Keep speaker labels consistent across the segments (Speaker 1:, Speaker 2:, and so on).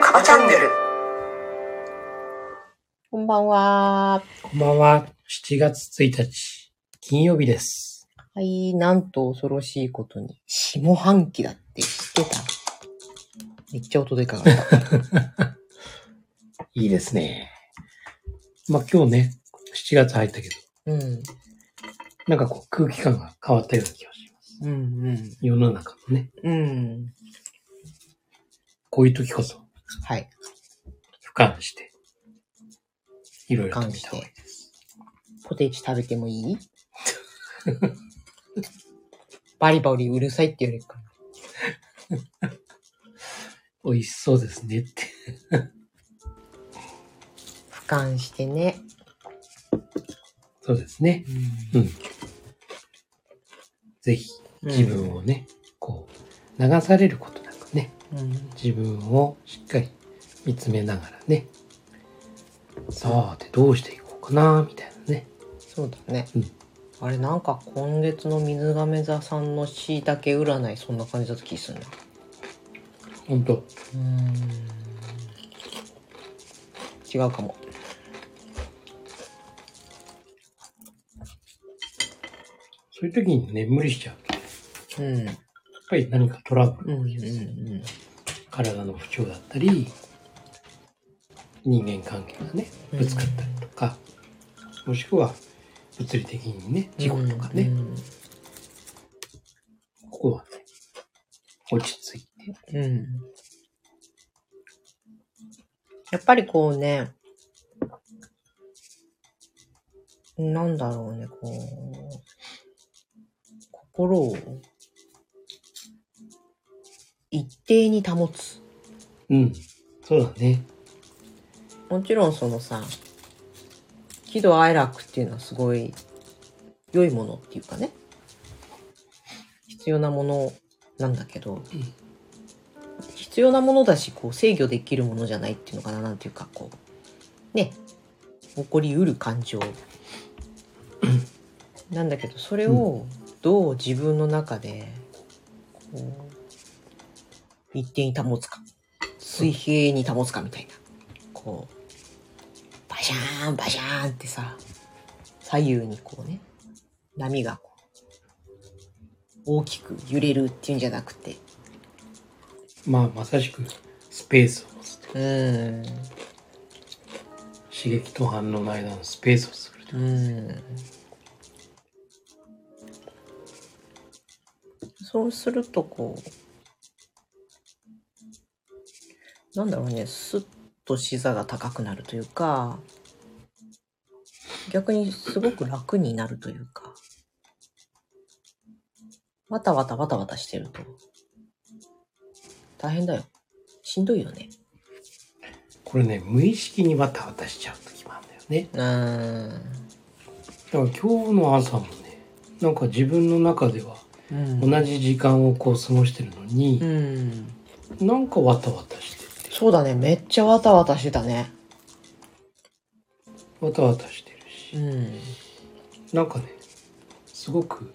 Speaker 1: カバチャンネル。
Speaker 2: こんばんは。
Speaker 3: こんばんは。7月1日、金曜日です。
Speaker 2: はい、なんと恐ろしいことに、下半期だって知ってた。めっちゃ音でかか った。
Speaker 3: いいですね。まあ今日ね、7月入ったけど、
Speaker 2: うん。
Speaker 3: なんかこう空気感が変わったような気がします。
Speaker 2: うん
Speaker 3: 世の中のね、
Speaker 2: うん。うん。
Speaker 3: こういう時こそ、
Speaker 2: はい。
Speaker 3: 俯瞰して、いろいろと
Speaker 2: 関
Speaker 3: 見
Speaker 2: した
Speaker 3: 方がい
Speaker 2: て
Speaker 3: いです。。
Speaker 2: ポテチ食べても いいバリバリうるさいって言われるから。
Speaker 3: 美味しそうですねって。
Speaker 2: 俯瞰してね。
Speaker 3: そうですね。うん。ぜひ、自分をね、こう、流されることなくね、
Speaker 2: うん。
Speaker 3: 自分をしっかり見つめながらね、さあ、てどうしていこうかな、みたいなね。
Speaker 2: そうだね。
Speaker 3: うん
Speaker 2: あれなんか今月の水亀座さんの椎茸占いそんな感じだった気するな。
Speaker 3: ほんと、
Speaker 2: うーん違うかも。
Speaker 3: そういう時にね、無理しちゃうと、やっ
Speaker 2: うん。うん
Speaker 3: ぱり何かトラブル、
Speaker 2: うんうん。
Speaker 3: 体の不調だったり、人間関係がね、ぶつかったりとか、もしくは、物理的にね、事故とかね、ここはね、落ち着いて、
Speaker 2: うん。うん。やっぱりこうね、なんだろうね、こう、心を一定に保つ。
Speaker 3: うん、そうだね。
Speaker 2: もちろんそのさ喜怒哀楽っていうのはすごい良いものっていうかね必要なものなんだけど、
Speaker 3: うん
Speaker 2: 必要なものだしこう制御できるものじゃないっていうのかななんていうかこうね起こりうる感情なんだけどそれをどう自分の中でこう一定に保つか水平に保つかみたいなこうバシャーンバシャーンってさ左右にこうね波がこう大きく揺れるっていうんじゃなくて
Speaker 3: まあ、まさしく、スペースを持つと。
Speaker 2: うーん
Speaker 3: 刺激と反応の間のスペースを作ると
Speaker 2: う。ーんそうするとこうなんだろうねスッと視座が高くなるというか逆にすごく楽になるというかわたわたわたわたしてると大変だよしんどいよね
Speaker 3: これね、無意識にわたわたしちゃう時もあるんだよね。
Speaker 2: うーん
Speaker 3: だから今日の朝もね、なんか自分の中では
Speaker 2: うん
Speaker 3: 同じ時間をこう過ごしてるの
Speaker 2: う
Speaker 3: に、
Speaker 2: ん
Speaker 3: なんかわたわたしてて、
Speaker 2: そうだねめっちゃわたわたしてたね
Speaker 3: わたわたしてるし、
Speaker 2: うん
Speaker 3: なんかね、すごく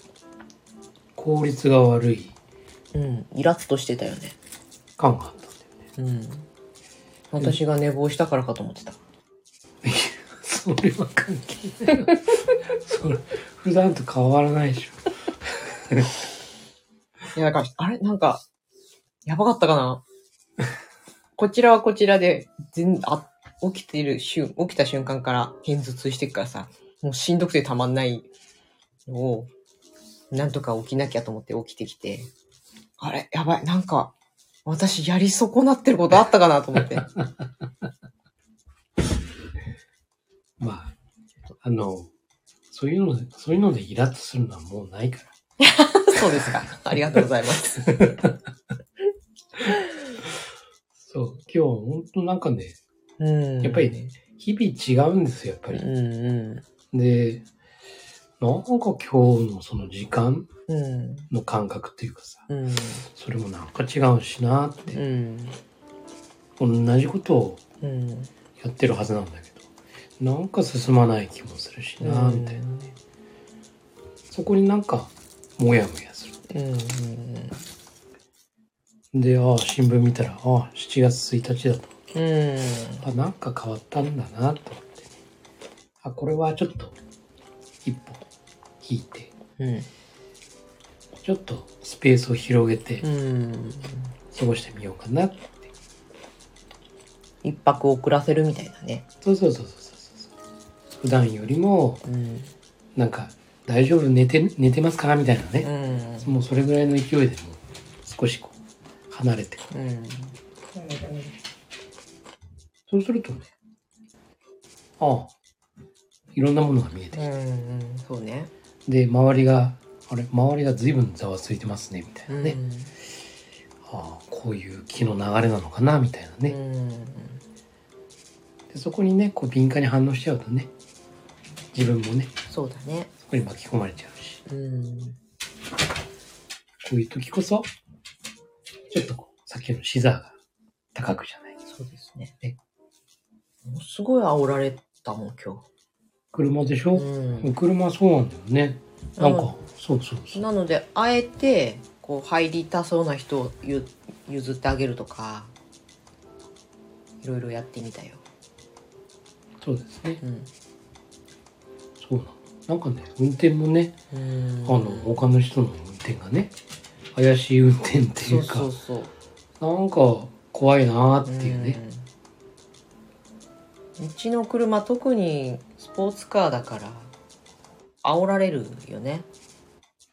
Speaker 3: 効率が悪い
Speaker 2: うん、イラッとしてたよね。
Speaker 3: 感があったんだよ ね。
Speaker 2: うん。私が寝坊したからかと思ってた。
Speaker 3: それは関係ないよ。 それ、普段と変わらないでしょ。
Speaker 2: いや、だから、あれなんか、やばかったかなこちらはこちらで、全、あ、起きている瞬、起きた瞬間から片頭痛してくからさ、もうしんどくてたまんないのを、なんとか起きなきゃと思って起きてきて、あれやばい、なんか、私やり損なってることあったかなと思って。
Speaker 3: まあ、あの、そういうので、そういうのでイラッとするのはもうないから。
Speaker 2: そうですか。ありがとうございます。
Speaker 3: そう、今日は本当なんかね、
Speaker 2: うん。
Speaker 3: やっぱりね、日々違うんですよ、やっぱ
Speaker 2: うん
Speaker 3: り。
Speaker 2: うん。
Speaker 3: で、なんか今日のその時間
Speaker 2: うん。
Speaker 3: の感覚っていうかさ、
Speaker 2: うん。
Speaker 3: それもなんか違うしなって、
Speaker 2: うん。
Speaker 3: 同じことを
Speaker 2: うん。
Speaker 3: ややってるはずなんだけどなんか進まない気もするしな
Speaker 2: うん
Speaker 3: みたいなね、そこになんかモヤモヤする
Speaker 2: うんうん
Speaker 3: でああ新聞見たらああ7月1日だと
Speaker 2: うん
Speaker 3: あなんか変わったんだなと思ってねあこれはちょっと一歩引いて
Speaker 2: うん
Speaker 3: ちょっとスペースを広げて
Speaker 2: うん
Speaker 3: 過ごしてみようかなって
Speaker 2: 一泊遅らせるみたいなね
Speaker 3: そうそうそうそうそうそう普段よりも
Speaker 2: うん
Speaker 3: なんか「大丈夫寝て寝てますか?」みたいな
Speaker 2: う
Speaker 3: ね、
Speaker 2: ん
Speaker 3: もうそれぐらいの勢いでも少しこう離れて
Speaker 2: うん
Speaker 3: そうするとねああいろんなものが見えてき
Speaker 2: う
Speaker 3: て、
Speaker 2: んうんそうね
Speaker 3: で周りがあれ周りが随分ざわついてますねみたいなね、
Speaker 2: うん
Speaker 3: ああこういう気の流れなのかなみたいな
Speaker 2: う
Speaker 3: ね、
Speaker 2: ん
Speaker 3: でそこにねこう敏感に反応しちゃうとね自分もね
Speaker 2: そうだね
Speaker 3: そこに巻き込まれちゃうし
Speaker 2: うん
Speaker 3: こういう時こそちょっとこうさっきの視座が高くじゃない
Speaker 2: そうですね
Speaker 3: え
Speaker 2: ものすごい煽られたもん今
Speaker 3: 車でしょ、
Speaker 2: 日うん
Speaker 3: 車そうなんだよねなんかそうそうそう
Speaker 2: なのであえてこう入りたそうな人をゆ譲ってあげるとかいろいろやってみたよ、
Speaker 3: そうですね
Speaker 2: うん、
Speaker 3: そうなのなんかね運転もね
Speaker 2: うん
Speaker 3: あの他の人の運転がね怪しい運転ってい
Speaker 2: そう
Speaker 3: うか
Speaker 2: そうそう
Speaker 3: なんか怖いなーっていうね、
Speaker 2: うんうちの車特にスポーツカーだから煽られるよね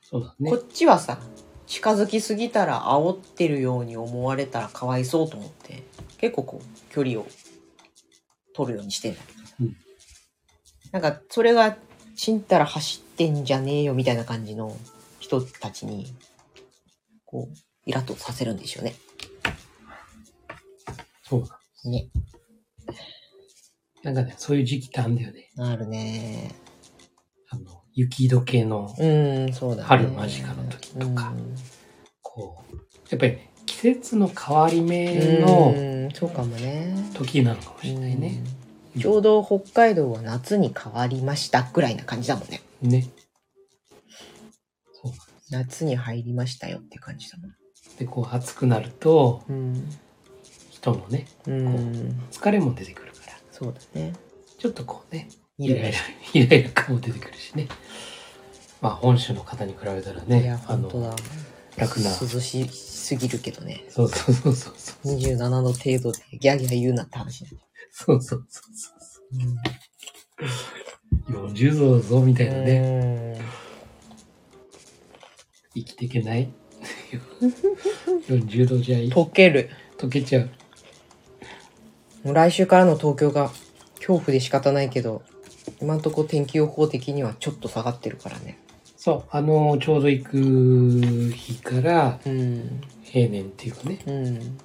Speaker 3: そうだね
Speaker 2: こっちはさ近づきすぎたら煽ってるように思われたらかわいそうと思って結構こう距離を取るようにしてんだけどさ、
Speaker 3: うん
Speaker 2: なんかそれがちんたら走ってんじゃねえよみたいな感じの人たちにこうイラッとさせるんでしょうね。
Speaker 3: そうだ
Speaker 2: ね。
Speaker 3: なんかねそういう時期ってあるんだよね
Speaker 2: あるね
Speaker 3: あの雪解けの
Speaker 2: うん、そうだ、ね。
Speaker 3: 春間近の時とかこうやっぱりね季節の変わり
Speaker 2: うん。
Speaker 3: 目の
Speaker 2: うんそうかもね。
Speaker 3: 時なのかもしれないね、
Speaker 2: うんちょうど北海道は夏に変わりましたぐらいな感じだもんね。
Speaker 3: ねそうなんです
Speaker 2: 夏に入りましたよって感じだもん。
Speaker 3: でこう暑くなると
Speaker 2: うん。
Speaker 3: 人のね
Speaker 2: うん。
Speaker 3: 疲れも出てくるから
Speaker 2: そうだね。
Speaker 3: ちょっとこうね
Speaker 2: い
Speaker 3: イライラ、イライラ感も出てくるしね。まあ、本州の方に比べたら
Speaker 2: いや、
Speaker 3: ね、あ
Speaker 2: 本当
Speaker 3: の
Speaker 2: だ、。
Speaker 3: 楽な。そう
Speaker 2: 涼しすぎるけどね。
Speaker 3: そうそうそうそう。
Speaker 2: 27度程度でギャーギャー言うなって話だね。
Speaker 3: そうそうそうそう。40度だぞ、みたいなね。
Speaker 2: ね。
Speaker 3: 生きていけない。40度じゃい
Speaker 2: 溶ける。
Speaker 3: 溶けちゃう。
Speaker 2: もう来週からの東京が恐怖で仕方ないけど、今んとこ天気予報的にはちょっと下がってるからね。
Speaker 3: そう、あの、ちょうど行く日から
Speaker 2: うん。
Speaker 3: 平年っていうかね、
Speaker 2: うん。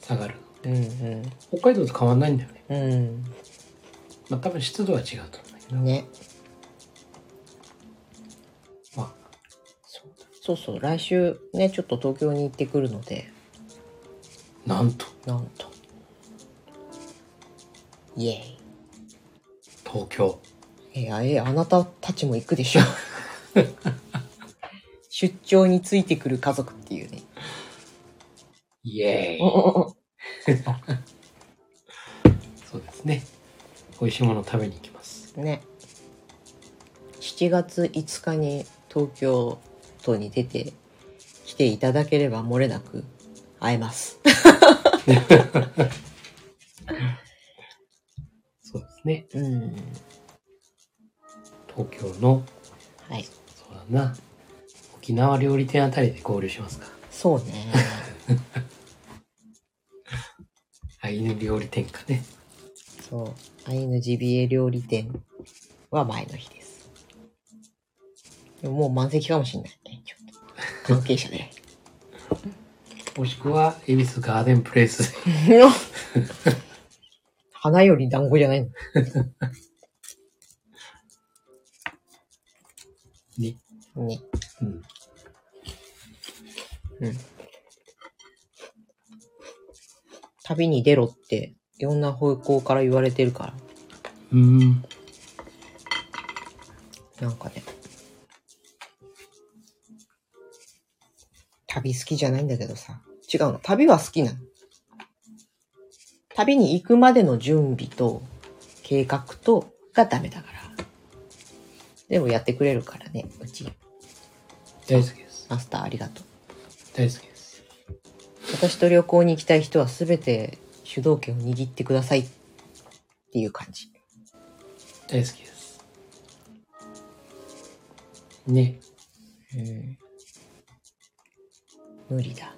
Speaker 3: 下がる。
Speaker 2: うんうん。
Speaker 3: 北海道と変わんないんだよね。
Speaker 2: う
Speaker 3: まあ、多分湿度は違うと思うんだけど。
Speaker 2: ん。ね。
Speaker 3: ま
Speaker 2: そうそうそう、来週ね、ちょっと東京に行ってくるので、
Speaker 3: あ、なんと、
Speaker 2: なんと。イエーイ。
Speaker 3: 東京。
Speaker 2: いや、ええ、あなたたちも行くでしょ。 出張についてくる家族っていうね。
Speaker 3: イエーイ。 そうですね。美味しいものを食べに行きます。
Speaker 2: ね7月5日に東京都に出て来ていただければ漏れなく会えます。
Speaker 3: そうですね。
Speaker 2: うん。
Speaker 3: 東京の、
Speaker 2: はい。
Speaker 3: そうだな。沖縄料理店あたりで合流しますか。
Speaker 2: そうね。
Speaker 3: アイヌ料理店かね。
Speaker 2: そう。アイヌジビエ料理店は前の日です。でももう満席かもしれないね。ちょっと。関係者で。
Speaker 3: もしくは、恵比寿ガーデンプレイス で。
Speaker 2: 花より団子じゃないの。
Speaker 3: ね。
Speaker 2: ね。
Speaker 3: うん。
Speaker 2: 旅に出ろっていろんな方向から言われてるか
Speaker 3: うん。
Speaker 2: ら、なんかね。旅好きじゃないんだけどさ。違うの。旅は好きなの。旅に行くまでの準備と計画とがダメだから。でもやってくれるからね、うち。
Speaker 3: 大好きです。
Speaker 2: マスターありがとう。
Speaker 3: 大好きです。
Speaker 2: 私と旅行に行きたい人は全て主導権を握ってくださいっていう感じ。
Speaker 3: 大好きです。ね。
Speaker 2: うん。無理だ。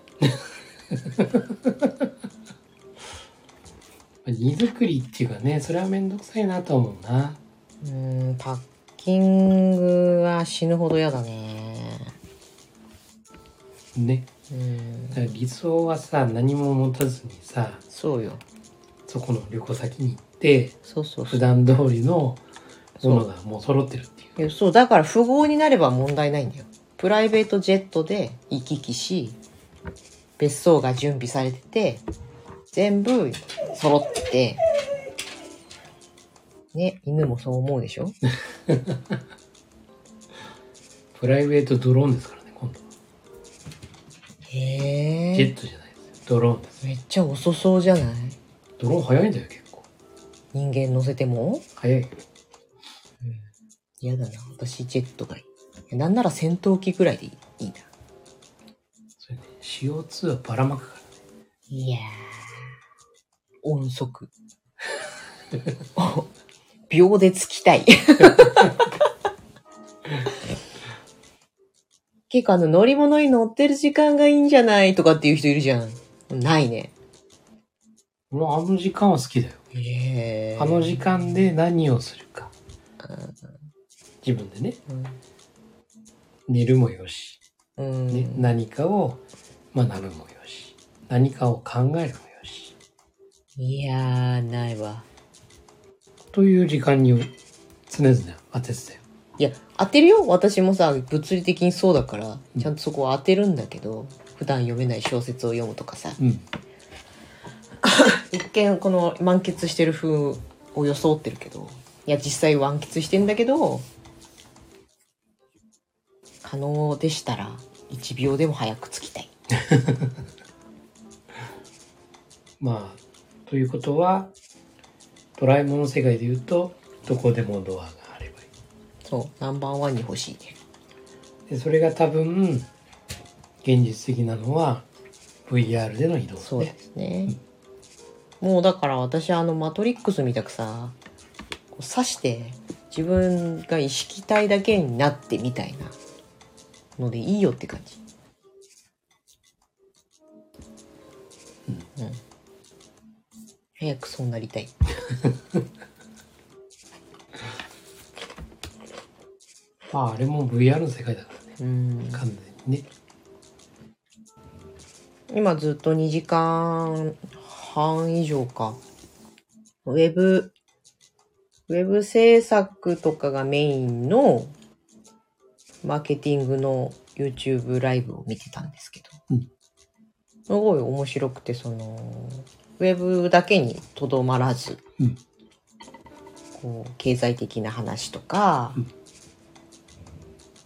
Speaker 3: 荷造りっていうかね、それはめんどくさいなと思うな。
Speaker 2: うーん、パッキングは死ぬほど嫌だね。
Speaker 3: ね。
Speaker 2: うん
Speaker 3: だ。から理想はさ、何も持たずにさ、
Speaker 2: そうよ。
Speaker 3: そこの旅行先に行って、
Speaker 2: そうそうそ
Speaker 3: 普
Speaker 2: う。
Speaker 3: 段通りのものがもう揃ってるっていう。
Speaker 2: いやそう、だから富豪になれば問題ないんだよ。プライベートジェットで行き来し、別荘が準備されてて、全部揃ってて、ね、犬もそう思うでしょ
Speaker 3: プライベートドローンですからね、今度。
Speaker 2: へ
Speaker 3: ジェットじゃないですよ。ドローンです。
Speaker 2: めっちゃ遅そうじゃない
Speaker 3: ドローン早いんだよ、結構。
Speaker 2: 人間乗せても
Speaker 3: 早いよ。
Speaker 2: 嫌だな。私、ジェットがいい。なんなら戦闘機ぐらいでいいいいな。
Speaker 3: それね、CO2 はばらまくからね。
Speaker 2: いやー。音速。秒でつきた い。結構あの乗り物に乗ってる時間がいいんじゃないとかっていう人いるじゃん。ないね。
Speaker 3: 俺はあの時間は好きだよ。
Speaker 2: へー
Speaker 3: あの時間で何をするか。自分でね、寝るもよし、
Speaker 2: うん。
Speaker 3: ね
Speaker 2: うん
Speaker 3: 何かを学ぶもよし、何かを考えるもよし、
Speaker 2: いやー、ないわ。
Speaker 3: という時間に常々当ててたよ。
Speaker 2: いや、当てるよ。私もさ、物理的にそうだから、
Speaker 3: ん
Speaker 2: ちゃんとそこは当てるんだけど、普段読めない小説を読むとかさ、
Speaker 3: うん。
Speaker 2: 一見この満喫してる風を装ってるけど、いや、実際満喫してんだけど、可能でしたら、1秒でも早く着きたい。
Speaker 3: まあ、ということは、ドラえもんの世界で言うと、どこでもドアがあればい
Speaker 2: そう、ナンバーワンに欲しいね。
Speaker 3: い。でそれが多分、現実的なのは、VR での移動ね。
Speaker 2: そうですね。もうだから私あのマトリックスみたくさ、こう刺して自分が意識体だけになってみたいなのでいいよって感じ。うん。早くそうなりたい。
Speaker 3: まあ、あれも VR の世界だからね。
Speaker 2: うん。
Speaker 3: 完全にね。
Speaker 2: 今ずっと2時間半以上か。ウェブ、ウェブ制作とかがメインのマーケティングの YouTube ライブを見てたんですけど。
Speaker 3: うん
Speaker 2: すごい面白くて、その、ウェブだけにとどまらず、
Speaker 3: うん
Speaker 2: こう、経済的な話とか、
Speaker 3: うん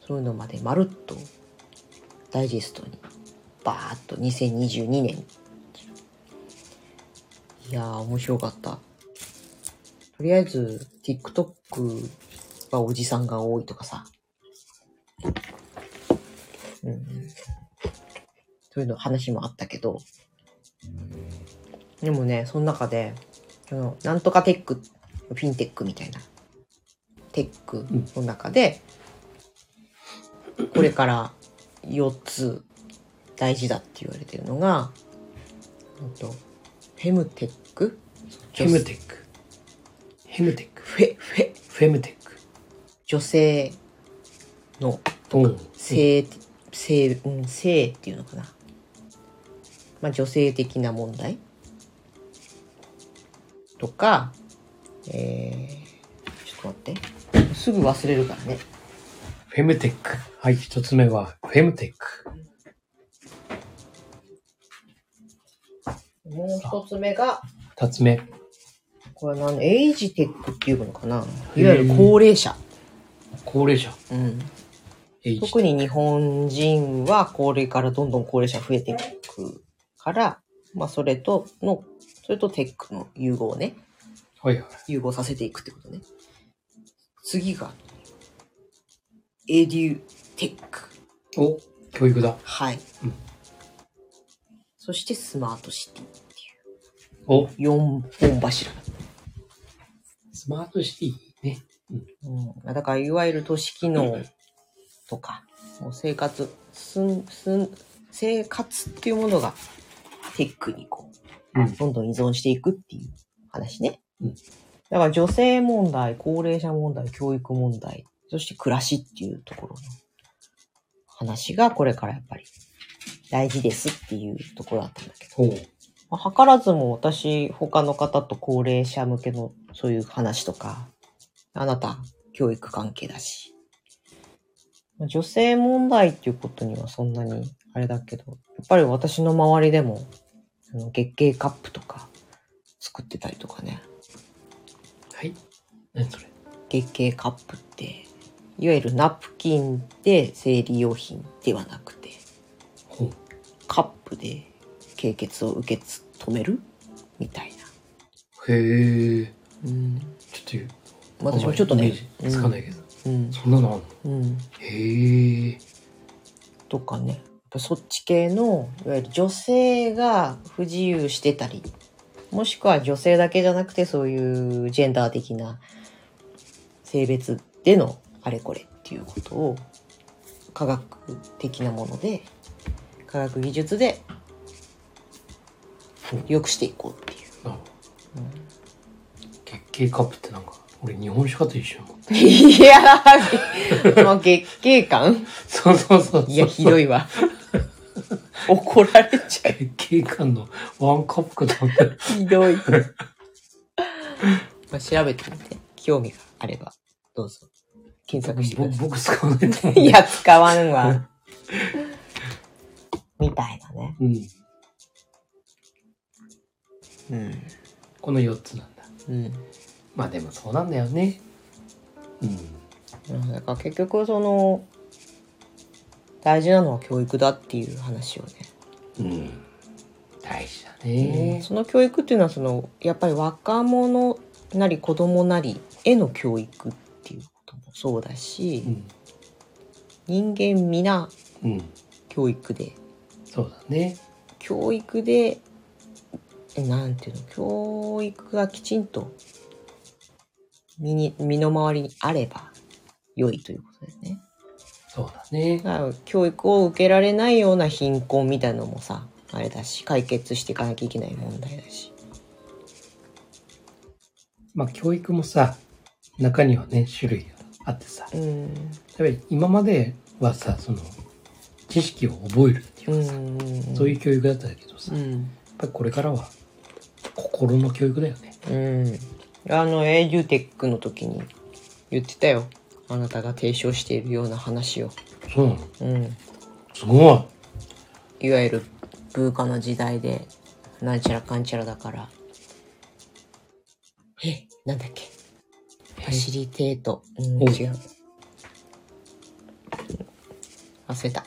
Speaker 2: そういうのまでまるっとダイジェストにバーっと2022年いやー面白かったとりあえず TikTok はおじさんが多いとかさ、うん、そういうの話もあったけどでもねその中でそのなんとかテックフィンテックみたいなテックの中で、これから4つ大事だって言われてるのが、うんとフェムテック
Speaker 3: ヘムテック。ヘムテック。
Speaker 2: フェ、フェ、
Speaker 3: フェムテック。
Speaker 2: 女性の
Speaker 3: うん。
Speaker 2: 性、性、うん、性っていうのかな。まあ女性的な問題とか、えー、ちょっと待って。すぐ忘れるからね。
Speaker 3: フェムテック。はい、一つ目は、フェムテック。
Speaker 2: もう一つ目が、
Speaker 3: 二つ目、
Speaker 2: これなんエイジテックっていうのかないわゆる高齢者。
Speaker 3: 高齢者
Speaker 2: うん。
Speaker 3: エイジ
Speaker 2: 特に日本人は高齢からどんどん高齢者増えていくから、まあそれとの、それとテックの融合をね、
Speaker 3: はいはい
Speaker 2: 融合させていくってことね。次が、エデュテック。
Speaker 3: お教育だ
Speaker 2: はい。
Speaker 3: うん
Speaker 2: そしてスマートシティ。
Speaker 3: お
Speaker 2: 4本柱。
Speaker 3: スマートシティね
Speaker 2: うん、だからいわゆる都市機能とか、もう生活すんすん生活っていうものがテックにこう、
Speaker 3: うん
Speaker 2: どんどん依存していくっていう話ね、
Speaker 3: うん
Speaker 2: だから女性問題高齢者問題教育問題そして暮らしっていうところの話がこれからやっぱり大事ですっていうところだったんだけど
Speaker 3: おう
Speaker 2: まあ図らずも私、他の方と高齢者向けのそういう話とか、あなた、教育関係だし。まあ女性問題っていうことにはそんなにあれだけど、やっぱり私の周りでも、あの月経カップとか作ってたりとかね。
Speaker 3: はい何それ
Speaker 2: 月経カップって、いわゆるナプキンで生理用品ではなくて、
Speaker 3: ほう
Speaker 2: カップで経血を受け止めるみたいな。
Speaker 3: へえ
Speaker 2: うん
Speaker 3: ちょっと
Speaker 2: 私もちょっとね
Speaker 3: イメージつかないけど、
Speaker 2: うん
Speaker 3: そんなのあんの
Speaker 2: うん、
Speaker 3: へえ
Speaker 2: とかねやっぱそっち系のいわゆる女性が不自由してたりもしくは女性だけじゃなくてそういうジェンダー的な性別でのあれこれっていうことを科学的なもので科学技術で良くしていこうっていう。
Speaker 3: なるほど月経カップってなんか俺日本酒かと一緒に思っ た
Speaker 2: いや ー、まあ、月経感
Speaker 3: そうそうそうそう
Speaker 2: いや、ひどいわ。 怒られちゃう。
Speaker 3: 月経感のワンカップかと思った
Speaker 2: ひどい。 まあ調べてみて、興味があれば、どうぞ、検索してく
Speaker 3: ぼ
Speaker 2: ださ
Speaker 3: 僕使わないと思
Speaker 2: い。いや、使わんわ。 みたいなね。
Speaker 3: う、うん、
Speaker 2: うん。
Speaker 3: この4つなんだ
Speaker 2: うん。
Speaker 3: まあでもそうなんだよねうん
Speaker 2: だから結局、その、大事なのは教育だっていう話をね。
Speaker 3: うん大事だね
Speaker 2: その教育っていうのは、その、やっぱり若者なり子供なりへの教育っていうこともそうだし
Speaker 3: う、ん
Speaker 2: 人間皆
Speaker 3: うん
Speaker 2: 教育で
Speaker 3: そうだね
Speaker 2: 教育でえなんていうの教育がきちんと身に身の回りにあれば良いということだよね。
Speaker 3: そうだね
Speaker 2: だから教育を受けられないような貧困みたいのもさあれだし解決していかなきゃいけない問題だし。
Speaker 3: まあ教育もさ中にはね種類があってさ
Speaker 2: うん
Speaker 3: やっぱり今まではさその知識を覚えるっていううかさ、
Speaker 2: ん
Speaker 3: そういう教育だったけどさ、
Speaker 2: う
Speaker 3: やっ
Speaker 2: ん、
Speaker 3: ぱりこれからは心の教育だよね
Speaker 2: うん、あのエイジュテックの時に言ってたよあなたが提唱しているような話を。
Speaker 3: そうなの
Speaker 2: うん
Speaker 3: すごい
Speaker 2: いわゆる文化の時代で、なんちゃらかんちゃらだから。え、なんだっけ。ファシリテート。うん、
Speaker 3: お
Speaker 2: 違う。忘れた。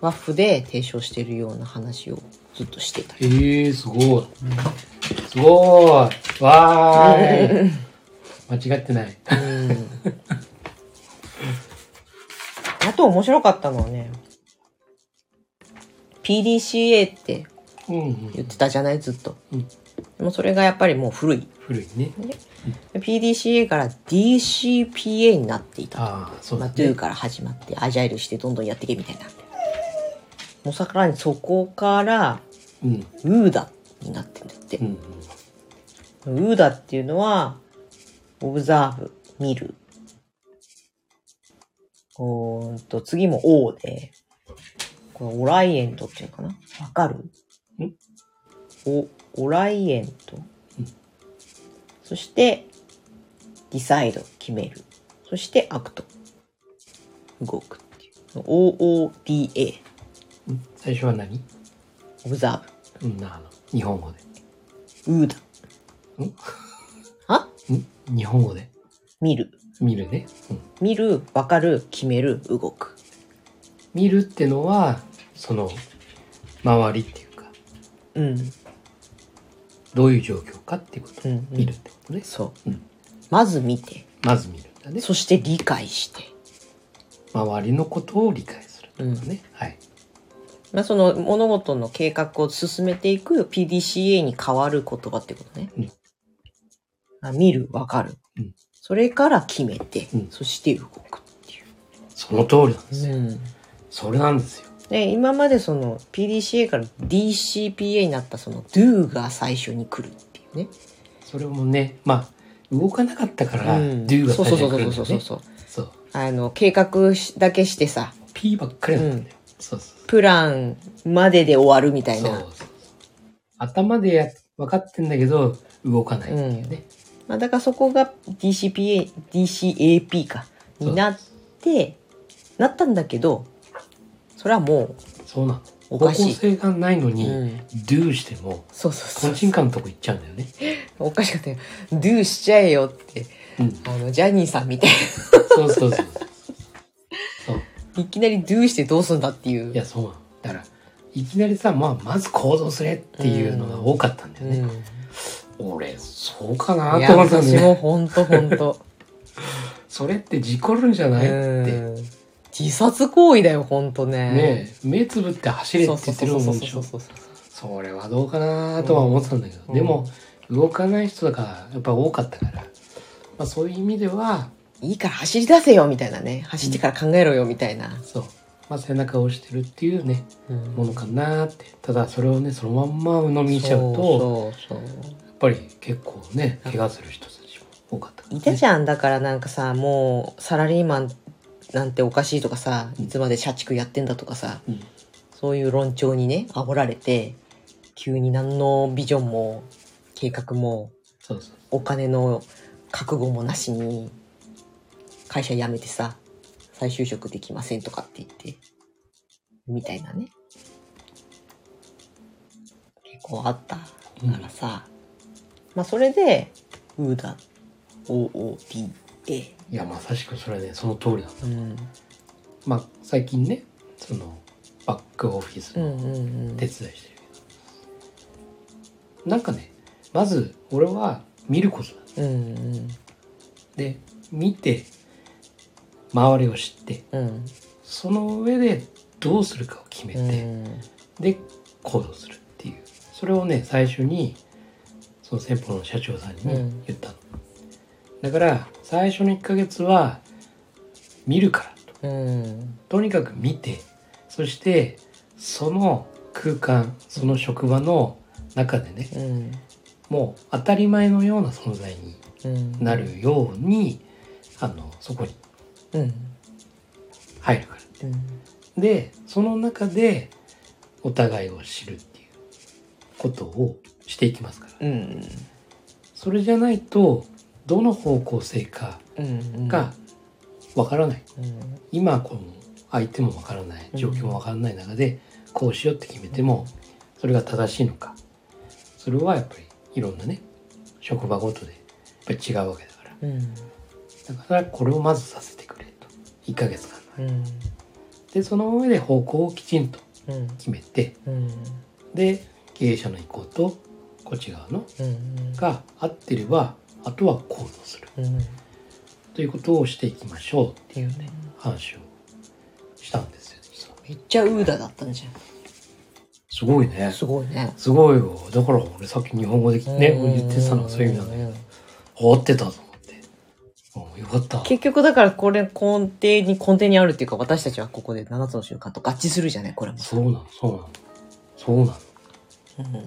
Speaker 2: ワッフで提唱してるような話をずっとしてた。
Speaker 3: えー、すごい。すごい。わーい。 間違ってない。
Speaker 2: うん。あと面白かったのはね、PDCA って
Speaker 3: うん、うん。
Speaker 2: 言ってたじゃないずっと。
Speaker 3: うん
Speaker 2: でもそれがやっぱりもう古い。
Speaker 3: 古いね。
Speaker 2: PDCA から DCPA になっていた。
Speaker 3: ああ、そう
Speaker 2: ま
Speaker 3: だ
Speaker 2: あ、do
Speaker 3: ね。
Speaker 2: から始まって、アジャイルしてどんどんやっていけみたいな。もうさらにそこから、
Speaker 3: うん。
Speaker 2: ウーダになってんだって
Speaker 3: う。ん。
Speaker 2: ウーダっていうのは、オブザーブ、見る。うーんと、次も O で、これオライエントっていうのかなわかる
Speaker 3: ん
Speaker 2: お、オライエント。そして、ディサイド、決める。そして、アクト。動くっていう。OODA、
Speaker 3: うん最初は何
Speaker 2: オブザーブ。
Speaker 3: うん、あの、日本語で。
Speaker 2: ウーダ。あ
Speaker 3: ん日本語で
Speaker 2: 見る。
Speaker 3: 見るね、うん、
Speaker 2: 見る、わかる、決める、動く。
Speaker 3: 見るってのはその周りっていうか
Speaker 2: うん。
Speaker 3: どういう状況かっていうこと、
Speaker 2: うんうん
Speaker 3: 見るってことね
Speaker 2: そう。
Speaker 3: うん
Speaker 2: まず見て、
Speaker 3: まず見るんだね
Speaker 2: そして理解して。
Speaker 3: 周りのことを理解するってことね、はい
Speaker 2: まあ、その物事の計画を進めていく PDCA に変わる言葉ってことね。
Speaker 3: うん
Speaker 2: あ見る、わかる、
Speaker 3: うん
Speaker 2: それから決めて、
Speaker 3: うん
Speaker 2: そして動くってい
Speaker 3: その通りなんですよ、
Speaker 2: う。うん
Speaker 3: それなんですよ
Speaker 2: で今までその PDCA から DCPA になったその do が最初に来るっていうね。
Speaker 3: それもねまあ動かなかったから、
Speaker 2: う
Speaker 3: do が
Speaker 2: そう
Speaker 3: 最
Speaker 2: そうそ
Speaker 3: 初に来る
Speaker 2: うん
Speaker 3: だ
Speaker 2: そう
Speaker 3: よ
Speaker 2: そう
Speaker 3: ね
Speaker 2: そう。
Speaker 3: そう
Speaker 2: あの計画しだけしてさ、
Speaker 3: P ばっかりだったんだよ、そうそう
Speaker 2: プランまでで終わるみたい
Speaker 3: そうそう
Speaker 2: な。
Speaker 3: そうそう頭でや分かってんだけど動かないっていうね、
Speaker 2: まあ、だからそこが DCPA、DCAP か、
Speaker 3: そう
Speaker 2: になって、なったんだけど、それはも
Speaker 3: そうなの
Speaker 2: お
Speaker 3: 方
Speaker 2: かしい
Speaker 3: 向性がないの
Speaker 2: う、
Speaker 3: に、
Speaker 2: うん、
Speaker 3: do しても
Speaker 2: そうそ
Speaker 3: 懇
Speaker 2: うそ
Speaker 3: 親
Speaker 2: う。
Speaker 3: 会のとこ行っちゃうんだよね、
Speaker 2: おかしかったよ。do しちゃえよって、
Speaker 3: うん、
Speaker 2: あの、ジャニーさんみたい
Speaker 3: そうそうそうそうそう
Speaker 2: な。いきなり do してどうすんだっていう。
Speaker 3: いやそうなのだからいきなりさ、まあ、まず行動すれっていうのが多かったんだ
Speaker 2: う
Speaker 3: よ
Speaker 2: ん。
Speaker 3: ね、俺そうか
Speaker 2: い
Speaker 3: なと
Speaker 2: や、
Speaker 3: 思ったんだ
Speaker 2: 私
Speaker 3: よ
Speaker 2: も
Speaker 3: ね
Speaker 2: ほんとほんと。
Speaker 3: それって事故るんじゃないって ね
Speaker 2: うん自殺行為だよ、ほんとね。
Speaker 3: え目つぶって走れって言ってるもんでし
Speaker 2: そ
Speaker 3: ょ
Speaker 2: うそうそうそうそう
Speaker 3: それはどうかなとは思ってたんだけど、
Speaker 2: うん
Speaker 3: でも動かない人だからやっぱ多かったから、まあ、そういう意味ではい
Speaker 2: いから走り出せよ、みたいなね。走ってから考えろよ、みたいな。
Speaker 3: そう、まあ、背中を押してるっていうね
Speaker 2: うん
Speaker 3: ものかなってただそれをねそのまんま鵜呑みにしちゃうと
Speaker 2: そうそうそう
Speaker 3: やっぱり結構ね怪我する人たちも多かったからね、
Speaker 2: いたじゃんだからなんかさもうサラリーマンなんておかしいとかさいつまで社畜やってんだとかさ、
Speaker 3: うん
Speaker 2: そういう論調にね煽られて急に何のビジョンも計画も
Speaker 3: そうそう
Speaker 2: お金の覚悟もなしに会社辞めてさ再就職できませんとかって言ってみたいなね結構あった
Speaker 3: うん
Speaker 2: からさ、まあそれで u だ OOPA
Speaker 3: いやまさしくそれはねその通りなの
Speaker 2: うん
Speaker 3: まあ最近ねそのバックオフィス
Speaker 2: う
Speaker 3: の
Speaker 2: んうんうん
Speaker 3: 手伝いしてるけど、なんかねまず俺は見ることだ
Speaker 2: うん
Speaker 3: で見て周りを知って
Speaker 2: うんうん
Speaker 3: その上でどうするかを決めて、で行動するっていうそれをね最初にその先方の社長さんに
Speaker 2: うん
Speaker 3: 言ったの、だから最初の1ヶ月は見るからと
Speaker 2: うん
Speaker 3: とにかく見てそしてその空間その職場の中でね
Speaker 2: うん
Speaker 3: もう当たり前のような存在に
Speaker 2: うん
Speaker 3: なるようにあのそこに
Speaker 2: うん
Speaker 3: 入るから
Speaker 2: うん
Speaker 3: でその中でお互いを知るっていうことをしていきますから
Speaker 2: うん
Speaker 3: それじゃないとどの方向性か
Speaker 2: うん
Speaker 3: がわからない、
Speaker 2: うん
Speaker 3: 今この相手もわからない状況もわからない中でこうしようって決めてもそれが正しいのかそれはやっぱりいろんなね職場ごとでやっぱり違うわけだから
Speaker 2: うん
Speaker 3: だからこれをまずさせてくれと1ヶ月間
Speaker 2: うん
Speaker 3: でその上で方向をきちんと
Speaker 2: うん
Speaker 3: 決めて
Speaker 2: うん
Speaker 3: で経営者の意向とこっち側の
Speaker 2: うん
Speaker 3: が合ってればあとは行動する
Speaker 2: うんっ
Speaker 3: ということをしていきましょう
Speaker 2: ていうね
Speaker 3: 話をしたんですよ実は
Speaker 2: めっちゃウーダだったんじゃ
Speaker 3: すごいね
Speaker 2: んすごいね
Speaker 3: すごいよだから俺さっき日本語でね
Speaker 2: うん
Speaker 3: 言ってたのがそういう意味なんだよ
Speaker 2: うん
Speaker 3: 合ってたと思ってうんよかった
Speaker 2: 結局だからこれ根底に根底にあるっていうか私たちはここで7つの習慣と合致するじゃないこれも
Speaker 3: そうなのそうなのそうなのそうなの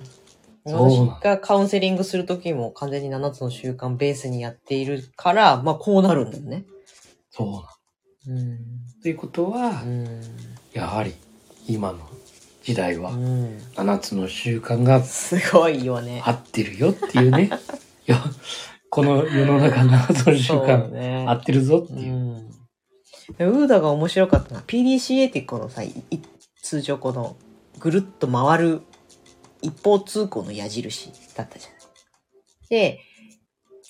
Speaker 2: 私がカウンセリングする時も完全に7つの習慣ベースにやっているからまあこうなるんだよね
Speaker 3: そうなの
Speaker 2: うん
Speaker 3: ということは
Speaker 2: うん
Speaker 3: やはり今の時代は
Speaker 2: うん
Speaker 3: 7つの習慣が
Speaker 2: すごいよね
Speaker 3: 合ってるよっていうね いやこの世の中7つの習
Speaker 2: そう
Speaker 3: 慣
Speaker 2: ね
Speaker 3: 合ってるぞ
Speaker 2: う
Speaker 3: っていう、
Speaker 2: ん。でウーダが面白かったのは PDCA ってこのさ、い通常このぐるっと回る一方通行の矢印だったじゃない。して、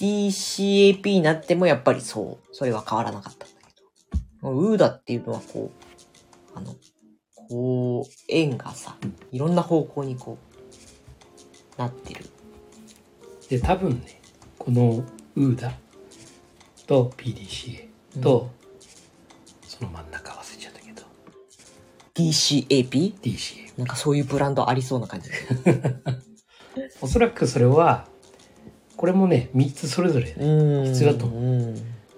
Speaker 2: DCAP になってもやっぱりそう、それは変わらなかったんだけど。ウーダっていうのはこう、あの、こう、円がさ、いろんな方向にこう、なってる。
Speaker 3: で多分ねこの UDA と PDCA と、その真ん中忘れちゃったけど
Speaker 2: DCAP?
Speaker 3: DCA
Speaker 2: なんかそういうブランドありそうな感じ。
Speaker 3: おそらくそれはこれもね3つそれぞれ
Speaker 2: うん
Speaker 3: 必要だと思
Speaker 2: うん。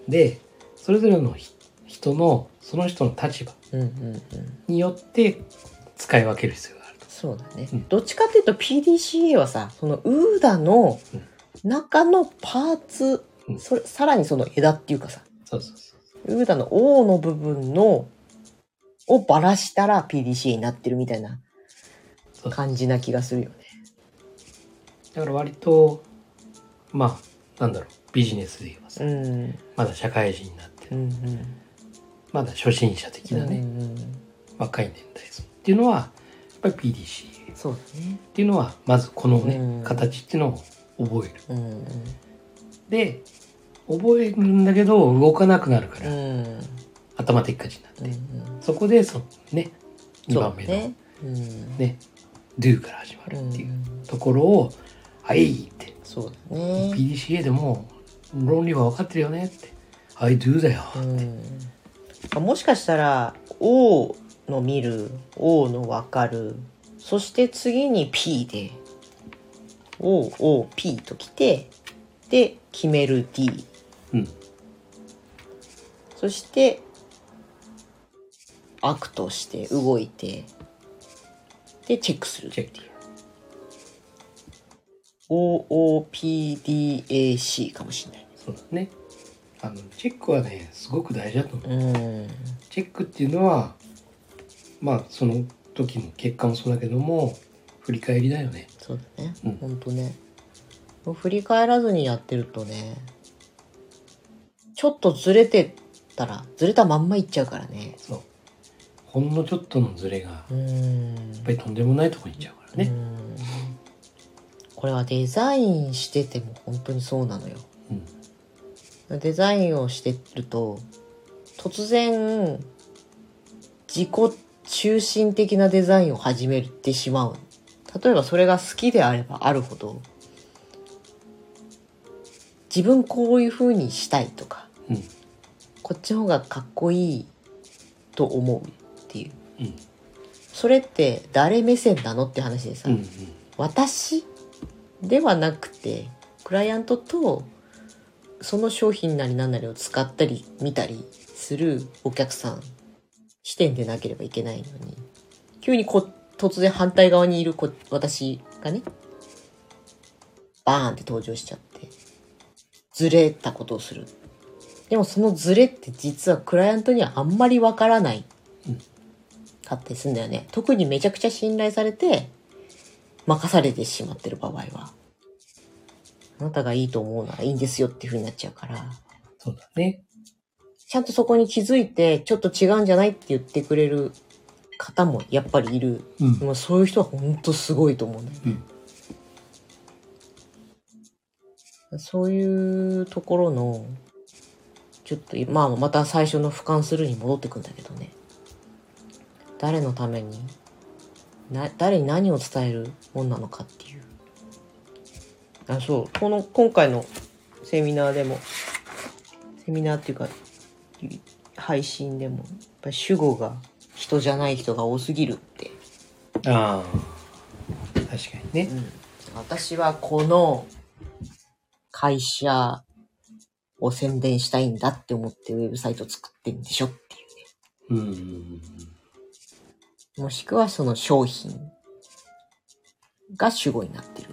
Speaker 3: でそれぞれのひ人のその人の立場
Speaker 2: うんうんうん。
Speaker 3: によって使い分ける必要があると
Speaker 2: そうだね、
Speaker 3: うん
Speaker 2: どっちかっていうと PDCA はさそのウーダの中のパーツ、
Speaker 3: うん
Speaker 2: それさらにその枝っていうかさ
Speaker 3: そうそうそう
Speaker 2: ウーダの O の部分のをばらしたら PDCA になってるみたいな
Speaker 3: そう
Speaker 2: 感じな気がするよね。
Speaker 3: だから割とまあなんだろうビジネスで言えばさ、
Speaker 2: うんうん
Speaker 3: まだ社会人になって
Speaker 2: う
Speaker 3: る
Speaker 2: ん
Speaker 3: まだ初心者的なね、
Speaker 2: うんうん
Speaker 3: 若い年代層っていうのはやっぱり PDCA
Speaker 2: そうだね。
Speaker 3: っていうのはまずこのね、
Speaker 2: うん
Speaker 3: 形っていうのを覚える
Speaker 2: うんうん
Speaker 3: で覚えるんだけど動かなくなるか
Speaker 2: う
Speaker 3: ら、
Speaker 2: ん
Speaker 3: 頭でっかちになって、
Speaker 2: うん
Speaker 3: そこでそのね
Speaker 2: そ
Speaker 3: 2
Speaker 2: うだ
Speaker 3: 番目のね
Speaker 2: ね。うん
Speaker 3: 「do」から始まるっていうところを「はい」って
Speaker 2: そうだ
Speaker 3: 「
Speaker 2: ね。
Speaker 3: PDCA でも論理は分かってるよね」って「I do だよ」
Speaker 2: うんまあもしかしたら O の見る O のわかるそして次に P で OOP ときてで決める D
Speaker 3: うん
Speaker 2: そしてアクトして動いてでチェックする
Speaker 3: チェック
Speaker 2: OOPDAC かもしれない。
Speaker 3: そうだねあのチェックはねすごく大事だと思う
Speaker 2: うん
Speaker 3: チェックっていうのはまあその時の結果もそうだけども振り返りだよね
Speaker 2: そうだね、
Speaker 3: うん
Speaker 2: ほんとねもう振り返らずにやってるとねちょっとずれてたらずれたまんまいっちゃうからね
Speaker 3: そうほんのちょっとのズレがや
Speaker 2: うーん
Speaker 3: っぱりとんでもないとこに行っちゃうから
Speaker 2: うー
Speaker 3: ね、
Speaker 2: んこれはデザインしてても本当にそうなのよ
Speaker 3: うん、
Speaker 2: デザインをしてると突然自己中心的なデザインを始めてしまう例えばそれが好きであればあるほど自分こういう風にしたいとか
Speaker 3: うん
Speaker 2: こっちの方がかっこいいと思うっていう
Speaker 3: うん
Speaker 2: それって誰目線なのって話でさ、
Speaker 3: うんうん
Speaker 2: 私ではなくてクライアントとその商品なり何なりを使ったり見たりするお客さん視点でなければいけないのに急にこ突然反対側にいるこ私がねバーンって登場しちゃってずれたことをするでもそのずれって実はクライアントにはあんまりわからないかったりするんだよね特にめちゃくちゃ信頼されて任されてしまってる場合は、あなたがいいと思うならいいんですよっていう風になっちゃうから、
Speaker 3: そうだね
Speaker 2: ちゃんとそこに気づいて、ちょっと違うんじゃないって言ってくれる方もやっぱりいる。
Speaker 3: うん
Speaker 2: もうそういう人は本当すごいと思うんだよね。そういうところの、ちょっと、まあまた最初の俯瞰するに戻ってくんだけどね。誰のために、な、誰に何を伝えるもんなのかっていう。あ、そう。この、今回のセミナーでも、セミナーっていうか、配信でも、やっぱり主語が人じゃない人が多すぎるって
Speaker 3: ああ確かにね
Speaker 2: 私はこの会社を宣伝したいんだって思ってウェブサイト作ってんでしょっていう
Speaker 3: うんうんうん
Speaker 2: ね。もしくはその商品が主語になってる。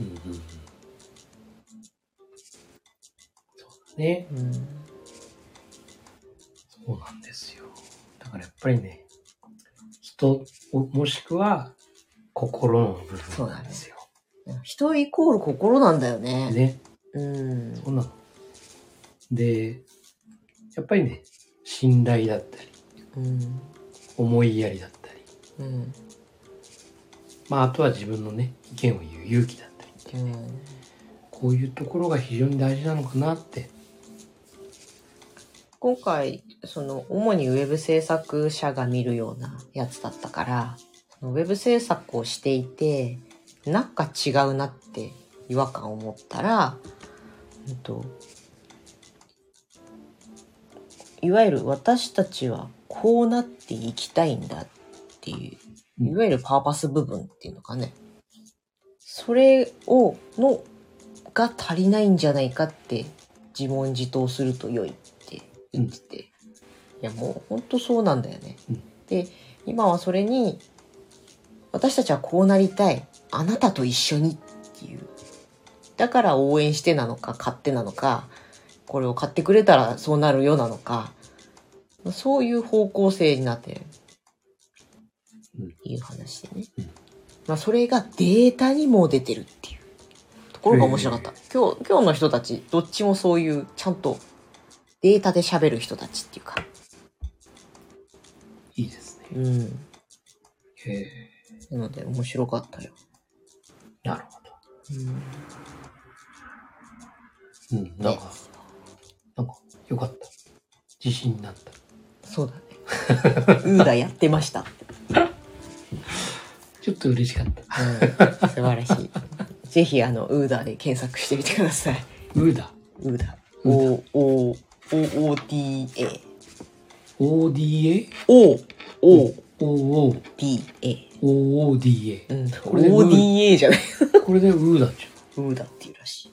Speaker 3: うんうんうんそうだね
Speaker 2: うん。
Speaker 3: そうなんですよ。だからやっぱりね、人をもしくは心の部分なんですよ。
Speaker 2: 人イコール心なんだよね。
Speaker 3: ね、
Speaker 2: うん。
Speaker 3: そうなの。で、やっぱりね、信頼だったり、
Speaker 2: うん。
Speaker 3: 思いやりだったり、
Speaker 2: うん。
Speaker 3: まああとは自分のね、意見を言う勇気だったり、
Speaker 2: うん。
Speaker 3: こういうところが非常に大事なのかなって
Speaker 2: 今回、その、主にウェブ制作者が見るようなやつだったから、そのウェブ制作をしていて、なんか違うなって違和感を持ったら、うんと、いわゆる私たちはこうなっていきたいんだっていう、いわゆるパーパス部分っていうのかね。それを、の、が足りないんじゃないかって自問自答すると良いって言ってて、いやもうほんとそうなんだよね。
Speaker 3: うん
Speaker 2: で今はそれに私たちはこうなりたいあなたと一緒にっていうだから応援してなのか買ってなのかこれを買ってくれたらそうなるよなのかそういう方向性になってる
Speaker 3: うん
Speaker 2: いう話でね、
Speaker 3: うん
Speaker 2: まあ、それがデータにも出てるっていうところが面白かった、今日今日の人たちどっちもそういうちゃんとデータで喋る人たちっていうか
Speaker 3: いいですね。
Speaker 2: うん
Speaker 3: へえ
Speaker 2: なので面白かったよ、
Speaker 3: なるほ
Speaker 2: うん
Speaker 3: ど。うん、なんか、なんか、よかった。自信になった。
Speaker 2: そうだね。 ウーダやってました。
Speaker 3: ちょっと嬉しかった。
Speaker 2: うん、素晴らしい。ぜひ、あの、ウーダで検索してみてください。
Speaker 3: うだ。
Speaker 2: ウーダ。
Speaker 3: ウ
Speaker 2: O, O, O, O, D, A。
Speaker 3: ODA?
Speaker 2: O, O,
Speaker 3: OO。
Speaker 2: D, A。
Speaker 3: OODA。
Speaker 2: うん。
Speaker 3: これで
Speaker 2: O, D, A じゃない。
Speaker 3: これでうだっちゃ
Speaker 2: ウーダっていうらしい。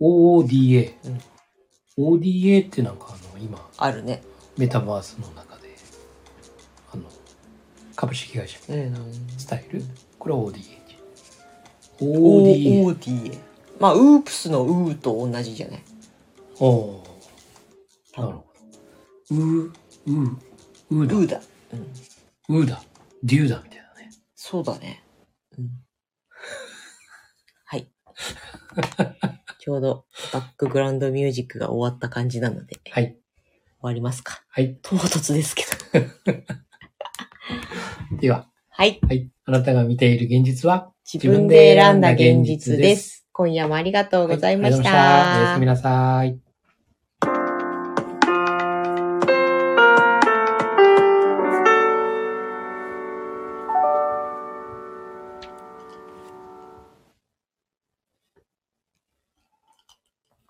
Speaker 3: う。OODA
Speaker 2: うん。
Speaker 3: ODA ってなんかあの、今、
Speaker 2: あるね。
Speaker 3: メタバースの中で、あの、株式会社
Speaker 2: うん。
Speaker 3: スタイルこれは ODA。
Speaker 2: O,
Speaker 3: ODA。
Speaker 2: O, D, A。まあ、ウープスのウーと同じじゃない。
Speaker 3: おー
Speaker 2: 多
Speaker 3: なる
Speaker 2: 分
Speaker 3: ほど。う、う、
Speaker 2: ウー
Speaker 3: うだ。
Speaker 2: ダ。うん。
Speaker 3: うだ。デューだみたいなね。
Speaker 2: そうだね。うん。はい。ちょうどバックグラウンドミュージックが終わった感じなので、終
Speaker 3: はい。
Speaker 2: わりますか。
Speaker 3: はい。
Speaker 2: 唐突ですけど。
Speaker 3: では、
Speaker 2: はい。
Speaker 3: はい。あなたが見ている現実は
Speaker 2: 自分で選んだ現実です。今夜もありがとうございました。
Speaker 3: はありがとうございましたおやすみなさい。